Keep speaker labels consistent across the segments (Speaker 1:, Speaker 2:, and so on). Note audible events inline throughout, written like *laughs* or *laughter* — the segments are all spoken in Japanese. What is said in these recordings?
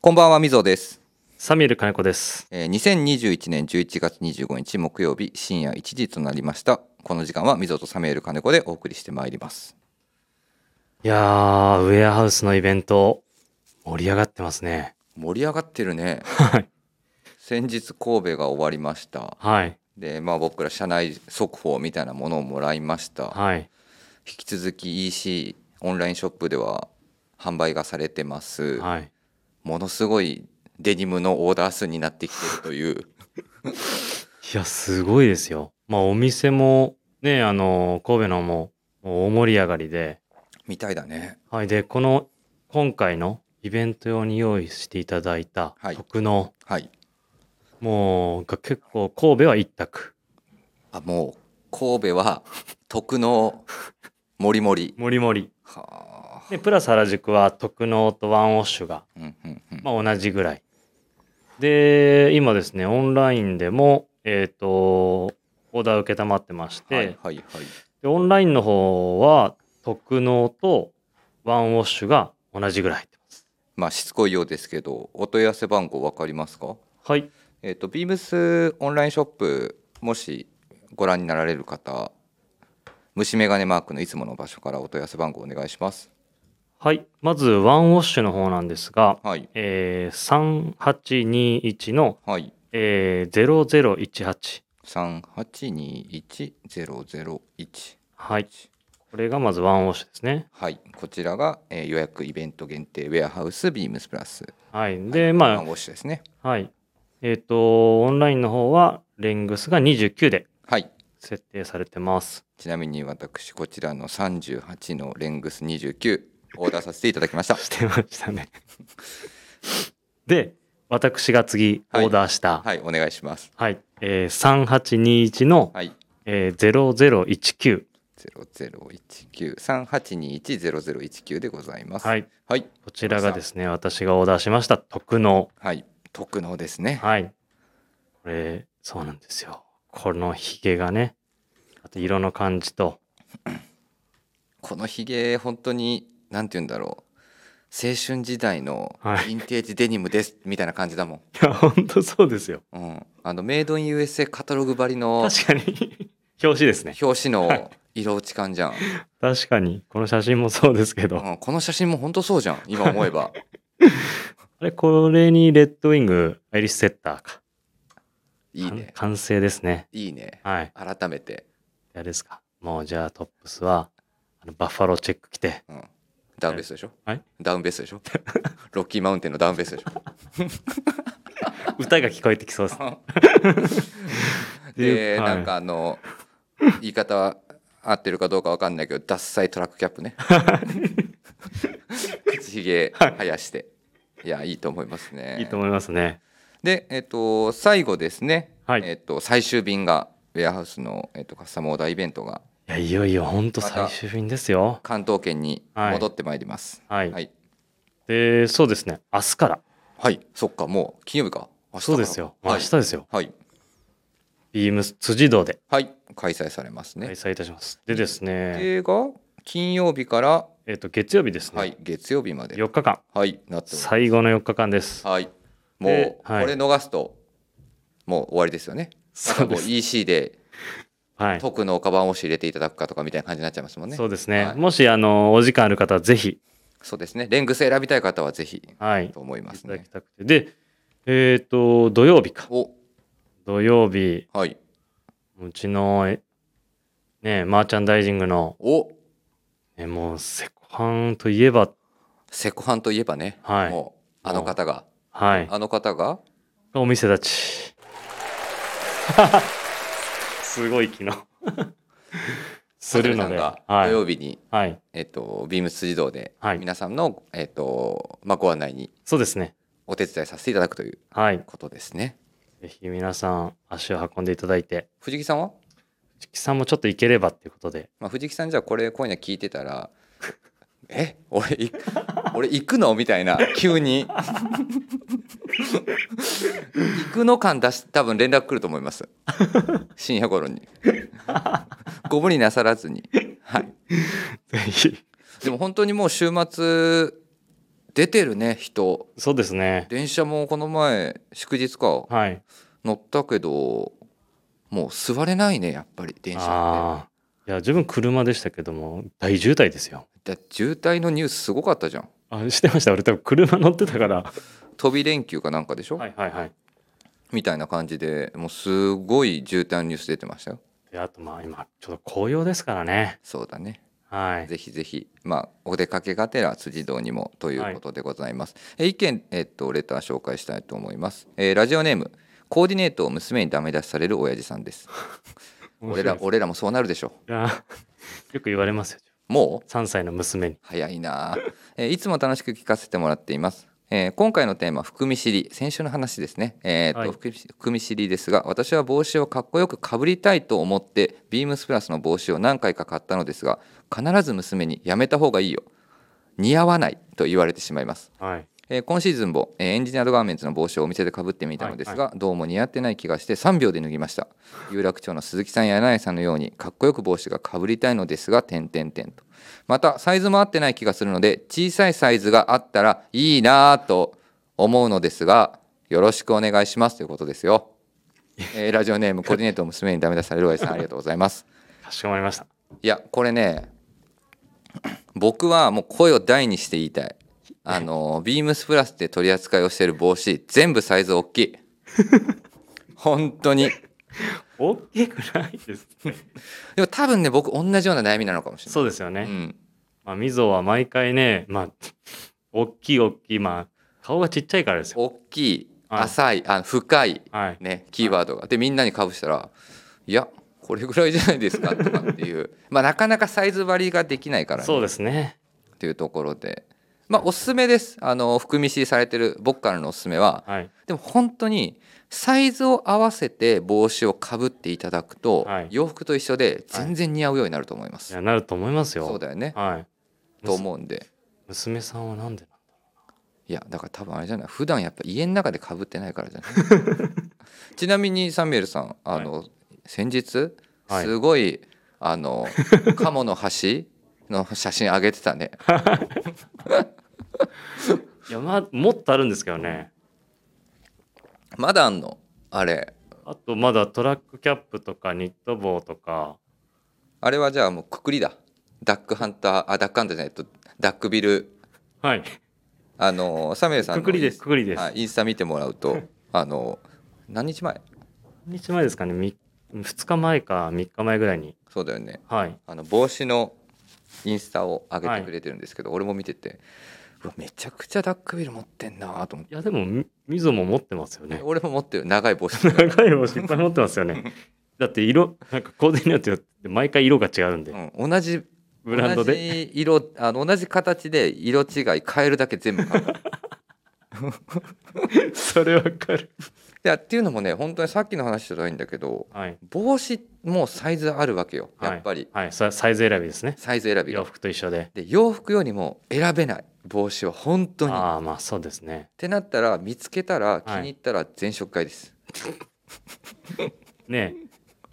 Speaker 1: こんばんは、みぞです。
Speaker 2: サミュエル金子です。
Speaker 1: えー2021年11月25日木曜日深夜1時となりました。この時間はみぞとサメール金子でお送りしてまいります。
Speaker 2: いやー、ウェアハウスのイベント、盛り上がってますね。
Speaker 1: 盛り上がってるね。
Speaker 2: はい。
Speaker 1: 先日神戸が終わりました。
Speaker 2: はい。
Speaker 1: で、まあ僕ら社内速報みたいなものをもらいました。
Speaker 2: はい。
Speaker 1: 引き続き EC オンラインショップでは販売がされてます。
Speaker 2: はい。
Speaker 1: ものすごいデニムのオーダー数になってきてるという。
Speaker 2: いや、すごいですよ。まあ、お店も、ね、あの、神戸のも、もう大盛り上がりで、
Speaker 1: みたいだね。
Speaker 2: はい。で、この、今回のイベント用に用意していただいた
Speaker 1: はい
Speaker 2: 特の、
Speaker 1: はい。
Speaker 2: もう、が結構、神戸は一択。
Speaker 1: あもう神戸は徳のもりもり
Speaker 2: もりもり。
Speaker 1: はあ
Speaker 2: で、プラス原宿は特能とワンオッシュが
Speaker 1: うんうんうん
Speaker 2: まあ、同じぐらい。で、今ですね、オンラインでも、えっ、と、オーダー受けたまってまして、
Speaker 1: はいはいはい
Speaker 2: でオンラインの方は、特納とワンウォッシュが同じぐらい入ってます。
Speaker 1: まあしつこいようですけどお問い合わせ番号わかりますか
Speaker 2: はい。
Speaker 1: えっ、とビームスオンラインショップもしご覧になられる方虫眼鏡マークのいつもの場所からお問い合わせ番号お願いします
Speaker 2: はい。まず、ワンウォッシュの方なんですが、
Speaker 1: はい
Speaker 2: えー、3821の、
Speaker 1: はい
Speaker 2: えー、0018。
Speaker 1: 3821001
Speaker 2: はい。これがまずワンウォッシュですね。
Speaker 1: はいこちらが、えー予約イベント限定ウェアハウスビームスプラス
Speaker 2: はい。で、ま
Speaker 1: ワン
Speaker 2: あ
Speaker 1: ウォッシュですね、
Speaker 2: はい。えっ、と、オンラインの方は、レングスが29で、
Speaker 1: はい
Speaker 2: 設定されてます。 *laughs*
Speaker 1: ちなみに私こちらの38のレングス29オーダーさせていただきま
Speaker 2: *laughs*
Speaker 1: した。
Speaker 2: してましたね。で、私が次オ
Speaker 1: はい
Speaker 2: ーダーした、はい、
Speaker 1: はい、お願いします。
Speaker 2: えー、3821の、
Speaker 1: はい、
Speaker 2: えー、0019。
Speaker 1: 001938210019でございます。、
Speaker 2: はいい。
Speaker 1: はい、
Speaker 2: こちらがですね、私がオーダーしました特納。
Speaker 1: はい、特納ですね。
Speaker 2: はい。これ、そうなんですよ。このヒゲがね、あと色の感じと、
Speaker 1: このひげ本当になんて言うんだろう、青春時代のヴ
Speaker 2: はい
Speaker 1: ィンテージデニムですみたいな感じだもん。
Speaker 2: いや、ほんとそうですよ。
Speaker 1: うん、あのメイドイン USA カタログ張りの
Speaker 2: 確かに、 *laughs* 表紙ですね。
Speaker 1: 表紙の色落ち感じ
Speaker 2: *laughs*
Speaker 1: ゃん。
Speaker 2: 確かに、この写真もそうですけど、
Speaker 1: うん、この写真も本当そうじゃん。今思えば。
Speaker 2: あれ、これにレッドウィング、アイリスセッターか。
Speaker 1: いいね。
Speaker 2: 完成ですね。
Speaker 1: いいね。
Speaker 2: はい。
Speaker 1: 改めて。
Speaker 2: あれですか。もうじゃあトップスは、あのバッファローチェック
Speaker 1: *laughs*
Speaker 2: 着て。
Speaker 1: うん、ダウンベストでしょ、
Speaker 2: はい
Speaker 1: ダウンベストでしょ *laughs* ロッキーマウンテンのダウンベストでし
Speaker 2: 歌が聞こえてき
Speaker 1: *laughs*
Speaker 2: そうです。
Speaker 1: ょ
Speaker 2: で
Speaker 1: で、
Speaker 2: はい
Speaker 1: なんかあの言い方は合ってるかどうかわかんないけどダッサいトラックキャップ
Speaker 2: *laughs*
Speaker 1: ね口ひげ生やして、い、やいいと思いますね
Speaker 2: いいと思いますね。
Speaker 1: で、えっと最後ですね、
Speaker 2: はい
Speaker 1: えっと最終便がウェアハウスの、えっとカスタムオーダーイベントが
Speaker 2: いや、いよいよ本当
Speaker 1: また
Speaker 2: 最終便ですよ。
Speaker 1: 関東圏に戻ってまいります
Speaker 2: はい。
Speaker 1: はい、
Speaker 2: で、そうですね。明日から。
Speaker 1: はい、そっかもう金曜日か明日か
Speaker 2: そ
Speaker 1: ら
Speaker 2: うですよ。
Speaker 1: は
Speaker 2: 明
Speaker 1: い
Speaker 2: 日ですよ。
Speaker 1: はい
Speaker 2: ビームス辻堂で
Speaker 1: はい、開催されます
Speaker 2: 開
Speaker 1: ね。
Speaker 2: 催いたします。でですね、
Speaker 1: 映画金曜日から、
Speaker 2: えっ、と、月曜日ですね。
Speaker 1: はい、月曜日まで、
Speaker 2: 4日間。
Speaker 1: はい、なっております
Speaker 2: 最後の4日間です。
Speaker 1: はい、もう
Speaker 2: で
Speaker 1: こ
Speaker 2: はい
Speaker 1: れ逃すと、もう終わりですよね。なん
Speaker 2: そ
Speaker 1: か
Speaker 2: う
Speaker 1: も
Speaker 2: で
Speaker 1: う
Speaker 2: す。
Speaker 1: EC で
Speaker 2: はい。
Speaker 1: 特のカバンを仕入れていただくかとかみたいな感じになっちゃいますもんね。
Speaker 2: そうですね。
Speaker 1: はい
Speaker 2: もし、あの、お時間ある方はぜひ、
Speaker 1: そうですね。レングス選びたい方はぜひ
Speaker 2: はい。
Speaker 1: と思いま
Speaker 2: い
Speaker 1: す
Speaker 2: ただ
Speaker 1: ね
Speaker 2: き。たくて。で、えっ、と、土曜日か。
Speaker 1: お、
Speaker 2: 土曜日、
Speaker 1: はい、
Speaker 2: うちの、えね、マーチャンダイジングの、
Speaker 1: お、
Speaker 2: ね、もう、セコハンといえば、
Speaker 1: セコハンといえばね、
Speaker 2: はい
Speaker 1: もうあの方が、
Speaker 2: はい、
Speaker 1: あの方が、
Speaker 2: お店たち。 *laughs* すごい昨日。する
Speaker 1: さ
Speaker 2: ので、
Speaker 1: んが
Speaker 2: は
Speaker 1: 土
Speaker 2: い、
Speaker 1: 曜日に、
Speaker 2: はい。
Speaker 1: えっとビームス自動で
Speaker 2: はい
Speaker 1: 皆さんの、えっとまあご案内に
Speaker 2: そうですね。
Speaker 1: お手伝いさせていただくという
Speaker 2: はい。
Speaker 1: ことですね。
Speaker 2: ぜひ皆さん、足を運んでいただいて、
Speaker 1: 藤木さんは、
Speaker 2: 藤木さんもちょっと行ければっていうことで、
Speaker 1: まあ、藤木さんじゃあこれ今夜聞いてたら *laughs* 「え俺い俺行くの?」みたいな急に行くの感出し多分連絡来ると思います深夜頃にご無理なさらずにはい
Speaker 2: ぜひ。
Speaker 1: でも本当にもう週末出てるね人
Speaker 2: そうですね。
Speaker 1: 電車もこの前祝日か
Speaker 2: はい。
Speaker 1: 乗ったけどもう座れないねやっぱり電車
Speaker 2: ああ。いや、自分車でしたけども、大渋滞ですよ。
Speaker 1: ってだって渋滞のニュースすごかったじゃん
Speaker 2: あ、してました。俺多分車乗ってたから。
Speaker 1: 飛び連休かなんかでしょ、
Speaker 2: はいはいはい。
Speaker 1: みたいな感じでもうすごい渋滞のニュース出てましたよ
Speaker 2: で、あとまあ今、ちょっと紅葉ですからね。
Speaker 1: そうだね
Speaker 2: はい。
Speaker 1: ぜひぜひ、まあ、お出かけがてら辻堂にもということでございます。え意見、えっと、レター紹介したいと思います。えーラジオネーム、コーディネートを娘にダメ出しされる親父さんです。俺ら、
Speaker 2: 面
Speaker 1: 俺らもそうなるでしょ
Speaker 2: 白いですいやよく言われますよ。
Speaker 1: もう
Speaker 2: 3歳の娘に。
Speaker 1: 早いなあ、えーいつも楽しく聞かせてもらっています。えー今回のテーマ含み知り先週の話ですね、えーと
Speaker 2: はい
Speaker 1: 含み含み知りですが私は帽子をかっこよくかぶりたいと思ってビームスプラスの帽子を何回か買ったのですが必ず娘にやめた方がいいよ似合わないと言われてしまいます
Speaker 2: はい。
Speaker 1: えー今シーズンも、えーエンジニアードガーメンツの帽子をお店でかぶってみたのですが、どうも似合ってない気がして3秒で脱ぎました有楽町の鈴木さんや柳井さんのようにかっこよく帽子がかぶりたいのですが点々点とまたサイズも合ってない気がするので小さいサイズがあったらいいなぁと思うのですがよろしくお願いしますということですよ、えーラジオネームコーディネート娘にダメ出されるおやじさんありがとうございます
Speaker 2: かしこまりました。
Speaker 1: いやこれね僕はもう声を大にして言いたいあのビームスプラスで取り扱いをしている帽子全部サイズ大き
Speaker 2: *laughs*
Speaker 1: い本当に
Speaker 2: 大きくないですね。
Speaker 1: でも多分ね僕同じような悩みなのかもしれない
Speaker 2: そうですよね。
Speaker 1: うん、
Speaker 2: まあ、みぞは毎回ね、まあ、大きい大きい、まあ、顔がちっちゃいからですよ。
Speaker 1: 大きい
Speaker 2: はい
Speaker 1: 浅いあ深い
Speaker 2: はい。
Speaker 1: ねキーワードがでみんなにかぶしたら「いやこれぐらいじゃないですか」とかっていう
Speaker 2: *laughs*
Speaker 1: まあなかなかサイズ割りができないからね
Speaker 2: そうですね。
Speaker 1: っていうところでまあおすすめですあの含み知りされてる僕からのおすすめは
Speaker 2: はい。
Speaker 1: でも本当にサイズを合わせて帽子をかぶっていただくと、
Speaker 2: はい
Speaker 1: 洋服と一緒で全然似合うようになると思いま
Speaker 2: い
Speaker 1: す、
Speaker 2: や、なると思いますよ。
Speaker 1: そうだよね、
Speaker 2: はい。
Speaker 1: と思うんで
Speaker 2: 娘さんはなんで
Speaker 1: いやだから多分あれじゃない普段やっぱ家の中でかぶってないからじゃない
Speaker 2: *laughs*
Speaker 1: ちなみにサミュエルさんあの、先日
Speaker 2: はい
Speaker 1: すごい、あ
Speaker 2: *laughs*
Speaker 1: の鴨の橋の写真上げてたね
Speaker 2: いや、まあ、もっとあるんですけどね。
Speaker 1: まだあんのあれ
Speaker 2: あと、まだトラックキャップとか、ニット帽とか、
Speaker 1: あれはじゃあもうくくりだダックハンターあダックハンターじゃないとダックビル
Speaker 2: はい。
Speaker 1: あのサミュエルさんの
Speaker 2: くくりです、くくりです。
Speaker 1: はい、インスタ見てもらう
Speaker 2: *laughs*
Speaker 1: とあの何日前
Speaker 2: 何日前ですかね、み2日前か3日前ぐらいに。
Speaker 1: そうだよね
Speaker 2: はい。
Speaker 1: あの帽子のインスタを上げてくれてるんですけど、俺も見ててうわめちゃくちゃダックビル持ってんなと思って、
Speaker 2: いや、でも、みみぞも持ってますよね。
Speaker 1: 俺も持ってる長い帽子
Speaker 2: *laughs* 長い帽子いっぱい持ってますよ *laughs* ね。だって色、なんかコーディネートによって毎回色が違うんで、
Speaker 1: うん、同じ
Speaker 2: ブランド
Speaker 1: 同
Speaker 2: で。
Speaker 1: じ色あの同じ形で色違い変えるだけ全部
Speaker 2: *laughs*
Speaker 1: 変わる
Speaker 2: それわか
Speaker 1: い
Speaker 2: る。
Speaker 1: やっていうのもね本当にさっきの話じゃないんだけど
Speaker 2: はい。
Speaker 1: 帽子もサイズあるわけよやっぱり、
Speaker 2: はい、さサイズ選びですね。
Speaker 1: サイズ選び
Speaker 2: 洋
Speaker 1: が
Speaker 2: 服と一緒で。
Speaker 1: で洋服よりも選べない帽子は本当に
Speaker 2: ああ、まあそうですね
Speaker 1: っ。てなったら見つけたら
Speaker 2: い
Speaker 1: 気に入ったら全色買いです、
Speaker 2: ねえ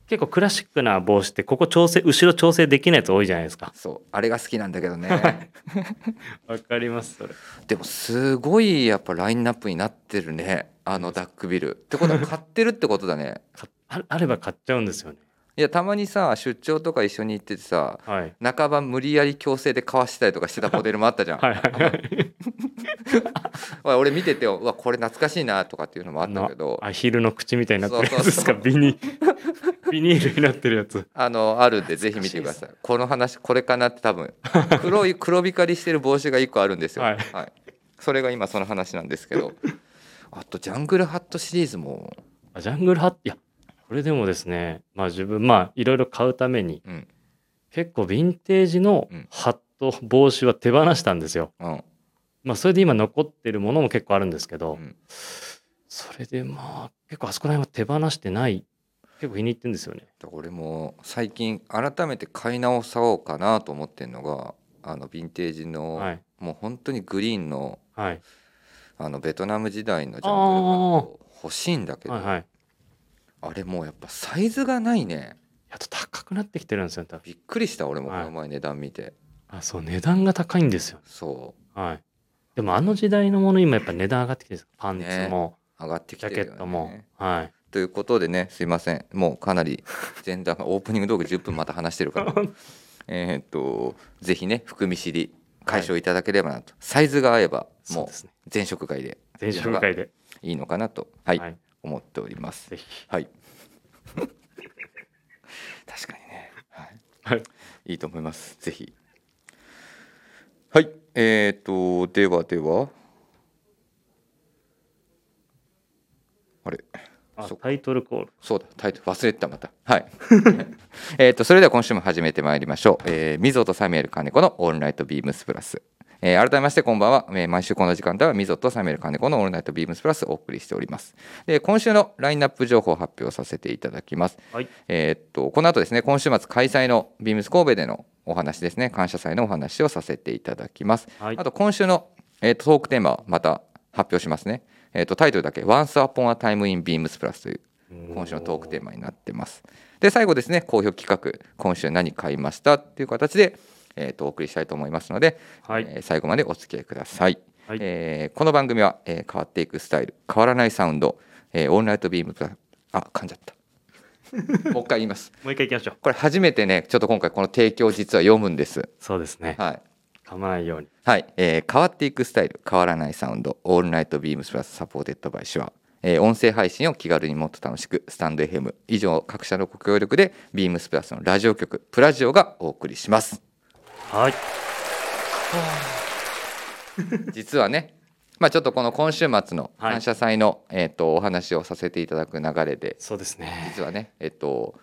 Speaker 2: 結構クラシックな帽子って、ここ調整、後ろ調整できないやつ多いじゃないですか。
Speaker 1: そうあれが好きなんだけどね
Speaker 2: わかります、それ。
Speaker 1: でもすごいやっぱラインナップになってるねあのダックビルってことは買ってるってことだ
Speaker 2: *laughs*
Speaker 1: ね
Speaker 2: かああれば買っちゃうんですよね。
Speaker 1: いやたまにさ出張とか一緒に行っててさ
Speaker 2: はい。
Speaker 1: 半ば無理やり強制で買わしたりとかしてたモデルもあったじゃん、
Speaker 2: はいはいはい。
Speaker 1: おい俺見ててうわこれ懐かしいなとかっていうのもあったけど
Speaker 2: アヒルの口みたいになってるやつですか、
Speaker 1: そう
Speaker 2: ビニ。ビニールになってるやつ。
Speaker 1: あのあるんでぜひ見てくださいこの話これかなって多分黒い黒光りしてる帽子が1個あるんですよ、
Speaker 2: はい
Speaker 1: それが今その話なんですけ
Speaker 2: *laughs*
Speaker 1: どあとジャングルハットシリーズも、
Speaker 2: あジャングルハット、いや、これでもですね、まあ自分、まあいろいろ買うために、
Speaker 1: うん
Speaker 2: 結構ヴィンテージの
Speaker 1: うん
Speaker 2: ハット、帽子は手放したんですよ。
Speaker 1: うん
Speaker 2: まあそれで今残ってるものも結構あるんですけ
Speaker 1: う
Speaker 2: ど、
Speaker 1: ん
Speaker 2: それでまあ結構あそこら辺は手放してない、結構気に入ってんですよね。
Speaker 1: 俺も最近改めて買い直そうかなと思ってるのがあのヴィンテージの、
Speaker 2: はい。
Speaker 1: もう本当にグリーンの
Speaker 2: はい。
Speaker 1: あのベトナム時代のジャングルハット欲しいんだけどあ,、
Speaker 2: はいはい。い
Speaker 1: れもうやっぱサイズがないね
Speaker 2: やあと高くなってきてるんですよ、多分。
Speaker 1: びっくりした俺もこ
Speaker 2: はい
Speaker 1: の前値段見て、
Speaker 2: あ、そう、値段が高いんですよ。
Speaker 1: そう
Speaker 2: はい。でもあの時代のもの今やっぱ値段上がってきてるんですパンツも、
Speaker 1: 上がってきて
Speaker 2: ジャ
Speaker 1: る
Speaker 2: ケ
Speaker 1: よ、ね、
Speaker 2: ットも、はい
Speaker 1: ということでねすいませんもうかなり前段がオープニング道具10分また話してるから
Speaker 2: *laughs*
Speaker 1: えーっとぜひね含み知り解消いただければなと、サイズが合えば
Speaker 2: そう
Speaker 1: も
Speaker 2: ですね
Speaker 1: う全色会で
Speaker 2: 全社会で、
Speaker 1: いいのかなと、はい
Speaker 2: はい
Speaker 1: 思っております
Speaker 2: ぜひ
Speaker 1: はい *laughs* 確かにね、はい、
Speaker 2: はい
Speaker 1: いいと思いますぜひはいえー、とではではあれ
Speaker 2: あ
Speaker 1: そっ
Speaker 2: タイトルコール
Speaker 1: そうだ、タイトル忘れてた、また。はい。 *laughs* えっと、それでは今週も始めてまいりましょう。えー、みぞとサミュエル金子のオールナイトビームスプラス。えー改めまして、こんばんは。えー毎週この時間帯は、みぞとサミュエル金子のオールナイトビームスプラスをお送りしております。で、今週のラインナップ情報を発表させていただきます。
Speaker 2: はい
Speaker 1: えーっとこの後ですね今週末開催のビームス神戸でのお話ですね感謝祭のお話をさせていただきます、
Speaker 2: はい
Speaker 1: あと今週の、えーっとトークテーマをまた発表しますね、えーっとタイトルだけ「Once Upon a Time in Beams Plus」という今週のトークテーマになってますで最後ですね好評企画「今週何買いました?」っていう形で、えーっとお送りしたいと思いますので、
Speaker 2: はい
Speaker 1: えー最後までお付き合いください、
Speaker 2: はい
Speaker 1: えーこの番組は、えー変わっていくスタイル変わらないサウンド、えーオンライトビームプラあ噛んじゃった
Speaker 2: *laughs*
Speaker 1: もう一回言います
Speaker 2: もう一回いきましょう
Speaker 1: これ初めてねちょっと今回この提供を実は読むんです
Speaker 2: そうですね
Speaker 1: はい
Speaker 2: 噛まないように
Speaker 1: はい、えー変わっていくスタイル変わらないサウンドオールナイトビームスプラスサポーテッドバイシュア、えー音声配信を気軽にもっと楽しくスタンド FM 以上各社のご協力でビームスプラスのラジオ局プラジオがお送りします
Speaker 2: はい
Speaker 1: 実はねまあちょっとこの今週末の
Speaker 2: はい
Speaker 1: 感謝祭の、えっ、とお話をさせていただく流れで
Speaker 2: そうですね
Speaker 1: 実はねえっ、と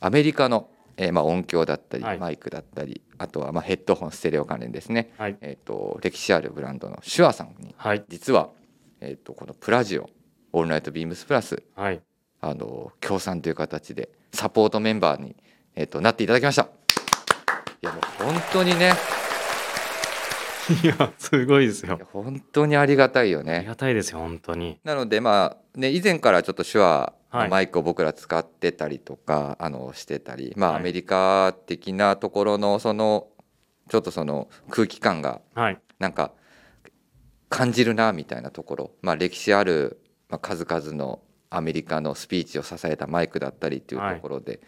Speaker 1: アメリカの、えーまあ、音響だったり、
Speaker 2: はい
Speaker 1: マイクだったりあとはまあヘッドホンステレオ関連ですね、
Speaker 2: はい
Speaker 1: えっと歴史あるブランドのシュアさんに
Speaker 2: はい
Speaker 1: 実は、えっとこのプラジオオールナイトビームスプラス
Speaker 2: はい
Speaker 1: あの協賛という形でサポートメンバーに、えっとなっていただきましたいやもう本当にね
Speaker 2: いやすごいですよ
Speaker 1: いや本当にありがたいよ
Speaker 2: あり
Speaker 1: ね
Speaker 2: がたいですよ本当に
Speaker 1: なのでまあね以前からちょっと手話
Speaker 2: は
Speaker 1: の
Speaker 2: い
Speaker 1: マイクを僕ら使ってたりとか、あのしてたりまあ
Speaker 2: はい
Speaker 1: アメリカ的なところのそのちょっとその空気感が
Speaker 2: はい
Speaker 1: なんか感じるなみたいなところ、まあ、歴史ある、まあ、数々のアメリカのスピーチを支えたマイクだったりっていうところで、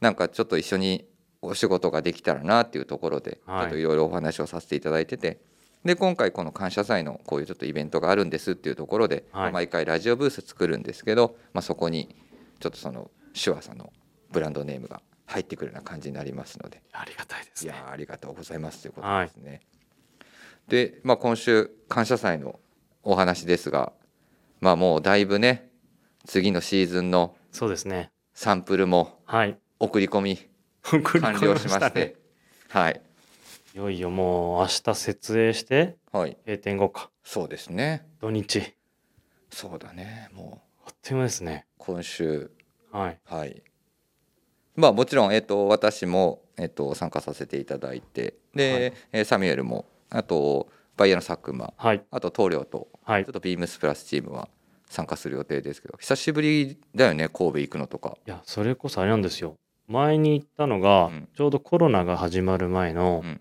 Speaker 1: なんかちょっと一緒にお仕事ができたらなっていうところで、
Speaker 2: はい
Speaker 1: ちょっといろいろお話をさせていただいててで今回この「感謝祭」のこういうちょっとイベントがあるんですっていうところで、
Speaker 2: はい
Speaker 1: 毎回ラジオブース作るんですけど、まあ、そこにちょっとその手話さんのブランドネームが入ってくるような感じになりますので
Speaker 2: ありがたいです
Speaker 1: い
Speaker 2: ね
Speaker 1: やーありがとうございますということですね。で、まあ、今週感謝祭のお話ですが、まあ、もうだいぶね次のシーズンの
Speaker 2: そうですね
Speaker 1: サンプルも
Speaker 2: はい
Speaker 1: 送り込み
Speaker 2: 完
Speaker 1: 完了しましてはい、
Speaker 2: いよいよもう明日設営して
Speaker 1: はい、
Speaker 2: 閉店後か
Speaker 1: そうですね
Speaker 2: 土日
Speaker 1: そうだねもう
Speaker 2: あっという間ですね
Speaker 1: 今週
Speaker 2: はい
Speaker 1: はいまあもちろん、えっと私も、えっと参加させていただいてで、えーサミュエルもあとバイヤーの佐久間
Speaker 2: はい
Speaker 1: あと棟梁と
Speaker 2: はい
Speaker 1: ちょっとビームスプラスチームは参加する予定ですけど久しぶりだよね神戸行くのとか
Speaker 2: いやそれこそあれなんですよ前に行ったのが、
Speaker 1: うん
Speaker 2: ちょうどコロナが始まる前の
Speaker 1: うん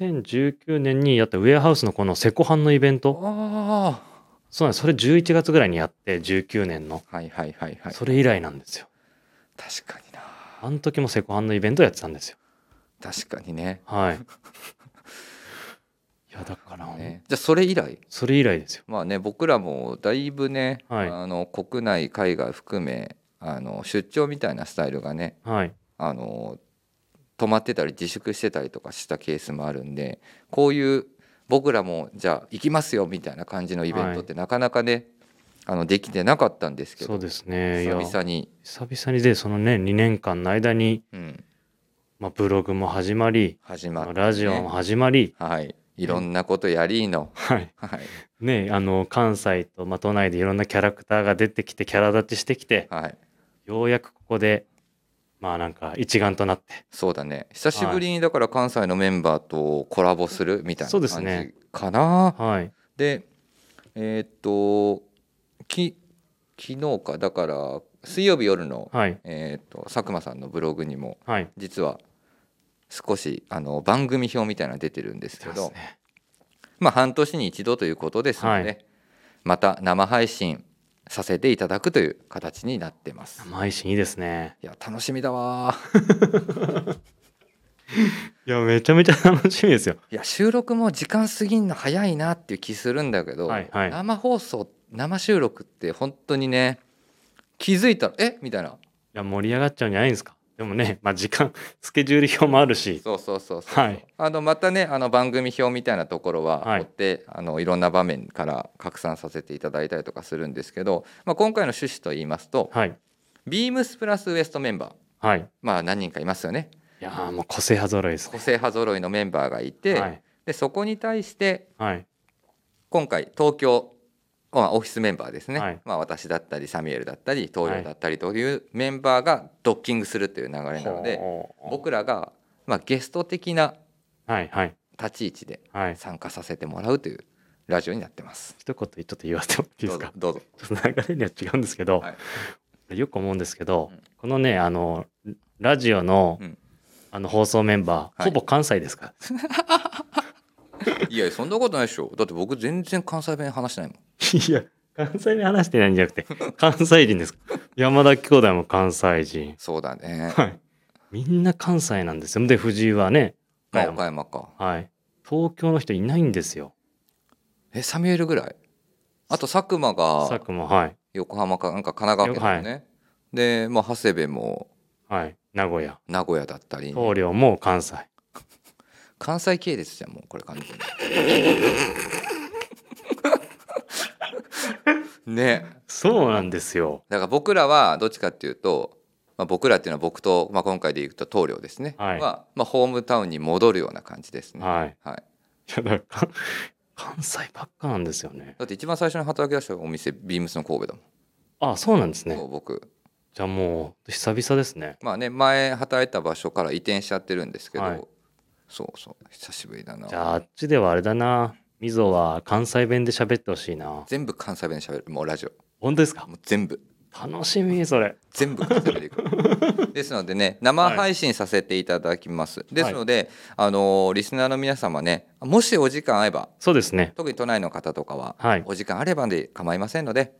Speaker 2: 2019年にやったウェアハウスのこのセコハンのイベント
Speaker 1: あ
Speaker 2: そうなんですそれ11月ぐらいにやって19年の、
Speaker 1: あはいはいはいはい
Speaker 2: それ以来なんですよ
Speaker 1: 確かにな
Speaker 2: あの時もセコハンのイベントやってたんですよ
Speaker 1: 確かにね
Speaker 2: は
Speaker 1: *laughs*
Speaker 2: いいやだから、
Speaker 1: ねじゃあそれ以来
Speaker 2: それ以来ですよ
Speaker 1: まあね僕らもだいぶね、
Speaker 2: はい
Speaker 1: あの国内海外含めあの出張みたいなスタイルがね
Speaker 2: はい
Speaker 1: あの止まってたり自粛してたりとかしたケースもあるんでこういう僕らもじゃあ行きますよみたいな感じのイベントってなかなかね、あのできてなかったんですけど
Speaker 2: そうですねいや
Speaker 1: 久
Speaker 2: 久
Speaker 1: 々に、
Speaker 2: 々にでそのね2年間の間に、
Speaker 1: うん、
Speaker 2: まあ、ブログも始まり、
Speaker 1: 始まっ
Speaker 2: ま
Speaker 1: て
Speaker 2: あ
Speaker 1: ね、
Speaker 2: ラジオも始まり、
Speaker 1: はいいろんなことやりーの、
Speaker 2: はい
Speaker 1: はい
Speaker 2: ねあの関西と、まあ、都内でいろんなキャラクターが出てきてキャラ立ちしてきて
Speaker 1: はい、
Speaker 2: ようやくここでまあなんか一丸となって
Speaker 1: そうだね久しぶりにだから関西のメンバーとコラボするみたいな
Speaker 2: そ
Speaker 1: 感
Speaker 2: うですね
Speaker 1: じかな
Speaker 2: はい
Speaker 1: でえーっとき昨日かだから水曜日夜の、
Speaker 2: はい
Speaker 1: えーっと佐久間さんのブログにも
Speaker 2: はい
Speaker 1: 実は少しあの番組表みたいなの出てるんですけ
Speaker 2: そうで
Speaker 1: ど
Speaker 2: すね
Speaker 1: まあ、半年に一度ということですので、
Speaker 2: はい
Speaker 1: また生配信させていただくという形になってます。
Speaker 2: 生配信いいですね。
Speaker 1: いや楽しみだわー。
Speaker 2: いや、めちゃめちゃ楽しみですよ。
Speaker 1: いや収録も時間過ぎんの早いなっていう気するんだけど、
Speaker 2: はいはい
Speaker 1: 生放送生収録って本当にね気づいたら「えみたいない
Speaker 2: や、盛り上がっちゃうんじゃないんですか。でもね、まあ、時間、 *laughs* スケジュール表もあるし、
Speaker 1: そうそうそうそう、
Speaker 2: はい
Speaker 1: あのまたねあの番組表みたいなところは
Speaker 2: はい
Speaker 1: 追って、い、あのいろんな場面から拡散させていただいたりとかするんですけど、まあ、今回の趣旨と言いますと、
Speaker 2: はい、
Speaker 1: ビームスプラスウエストメンバー
Speaker 2: はい。い
Speaker 1: まあ何人かいますよね
Speaker 2: やー、もう個性派揃いです
Speaker 1: 個性派揃いのメンバーがいて、
Speaker 2: ね。はい、
Speaker 1: でそこに対して
Speaker 2: はい、
Speaker 1: 今回東京まあオフィスメンバーですね、
Speaker 2: はい
Speaker 1: まあ、私だったりサミュエルだったり東
Speaker 2: は
Speaker 1: 洋
Speaker 2: い
Speaker 1: だったりというメンバーがドッキングするという流れなので、
Speaker 2: ほう
Speaker 1: 僕らが、まあ、ゲスト的な
Speaker 2: はい、はい、
Speaker 1: 立ち位置で
Speaker 2: はい。
Speaker 1: 参加させてもらうというラジオになってます。
Speaker 2: 一言ちょっと言わせてもらっていいですか。
Speaker 1: どうぞ
Speaker 2: ちょっと流れには違うんですけど、
Speaker 1: は
Speaker 2: よく思うんですけど、
Speaker 1: うん
Speaker 2: このねあのラジオの、
Speaker 1: うん
Speaker 2: あの放送メンバー、
Speaker 1: はい
Speaker 2: ほぼ関西ですから
Speaker 1: どうぞ。いやそんなことないでしょ。だって僕全然関西弁話して *laughs* ないもん。
Speaker 2: いや関西で話してないんじゃなくて *laughs* 関西人です山田兄弟も関西人
Speaker 1: そうだね。
Speaker 2: はいみんな関西なんですよで藤井はね
Speaker 1: ま
Speaker 2: 岡
Speaker 1: あ
Speaker 2: 山
Speaker 1: 岡山か。
Speaker 2: はい東京の人いないんですよ
Speaker 1: えサミュエルぐらい。あと佐久間
Speaker 2: 佐
Speaker 1: が
Speaker 2: 久間はい
Speaker 1: 横浜かなんか神奈川県だよね。でまあ長谷部も
Speaker 2: はい名古屋
Speaker 1: 名古屋だったり、
Speaker 2: 棟梁も関西
Speaker 1: 関西系列じゃんもうこれ完全に。
Speaker 2: *laughs*
Speaker 1: ね
Speaker 2: そうなんですよ
Speaker 1: だから僕らはどっちかっていうと、まあ、僕らっていうのは僕と、まあ、今回でいくと棟梁ですね、
Speaker 2: はい
Speaker 1: まあ、ホームタウンに戻るような感じですね、
Speaker 2: はい
Speaker 1: はい
Speaker 2: いやだからか関西ばっかなんですよね
Speaker 1: だって一番最初に働き出したお店ビームスの神戸だもん、
Speaker 2: あそうなんですね
Speaker 1: そう僕
Speaker 2: じゃあもう久々ですね。
Speaker 1: まあね前働いた場所から移転しちゃってるんですけど、
Speaker 2: はい
Speaker 1: そうそう久しぶりだな
Speaker 2: じゃああっちではあれだな。みぞは関西弁で喋ってほしいな。
Speaker 1: 全部関西弁で喋るもうラジオ
Speaker 2: 本当ですか
Speaker 1: もう全部
Speaker 2: 楽しみそれ。
Speaker 1: 全部関西弁でいく
Speaker 2: *laughs*
Speaker 1: ですのでね生配信させていただきます、ですので、あのーリスナーの皆様ねもしお時間合えば
Speaker 2: そうですね。
Speaker 1: 特に都内の方とかは、
Speaker 2: はい
Speaker 1: お時間あればで構いませんので